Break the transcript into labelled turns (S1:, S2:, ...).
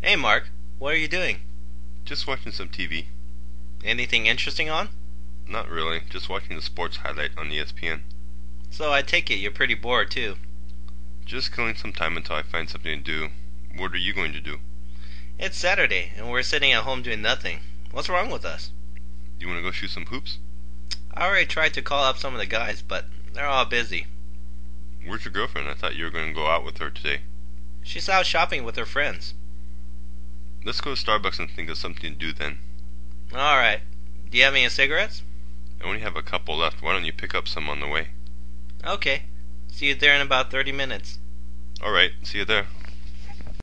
S1: Hey, Mark. What are you doing?
S2: Just watching some TV.
S1: Anything interesting on?
S2: Not really. Just watching the sports highlight on E ESPN.
S1: So I take it you're pretty bored, too.
S2: Just killing some time until I find something to do. What are you going to do?
S1: It's Saturday, and we're sitting at home doing nothing. What's wrong with us?
S2: You want to go shoot some hoops?
S1: I already tried to call up some of the guys, but they're all busy.
S2: Where's your girlfriend? I thought you were going to go out with her today.
S1: She's out shopping with her friends.
S2: Let's go to Starbucks and think of something to do then.
S1: Alright. Do you have any cigarettes?
S2: I only have a couple left. Why don't you pick up some on the way?
S1: Okay. See you there in about 30 minutes.
S2: Alright, see you there.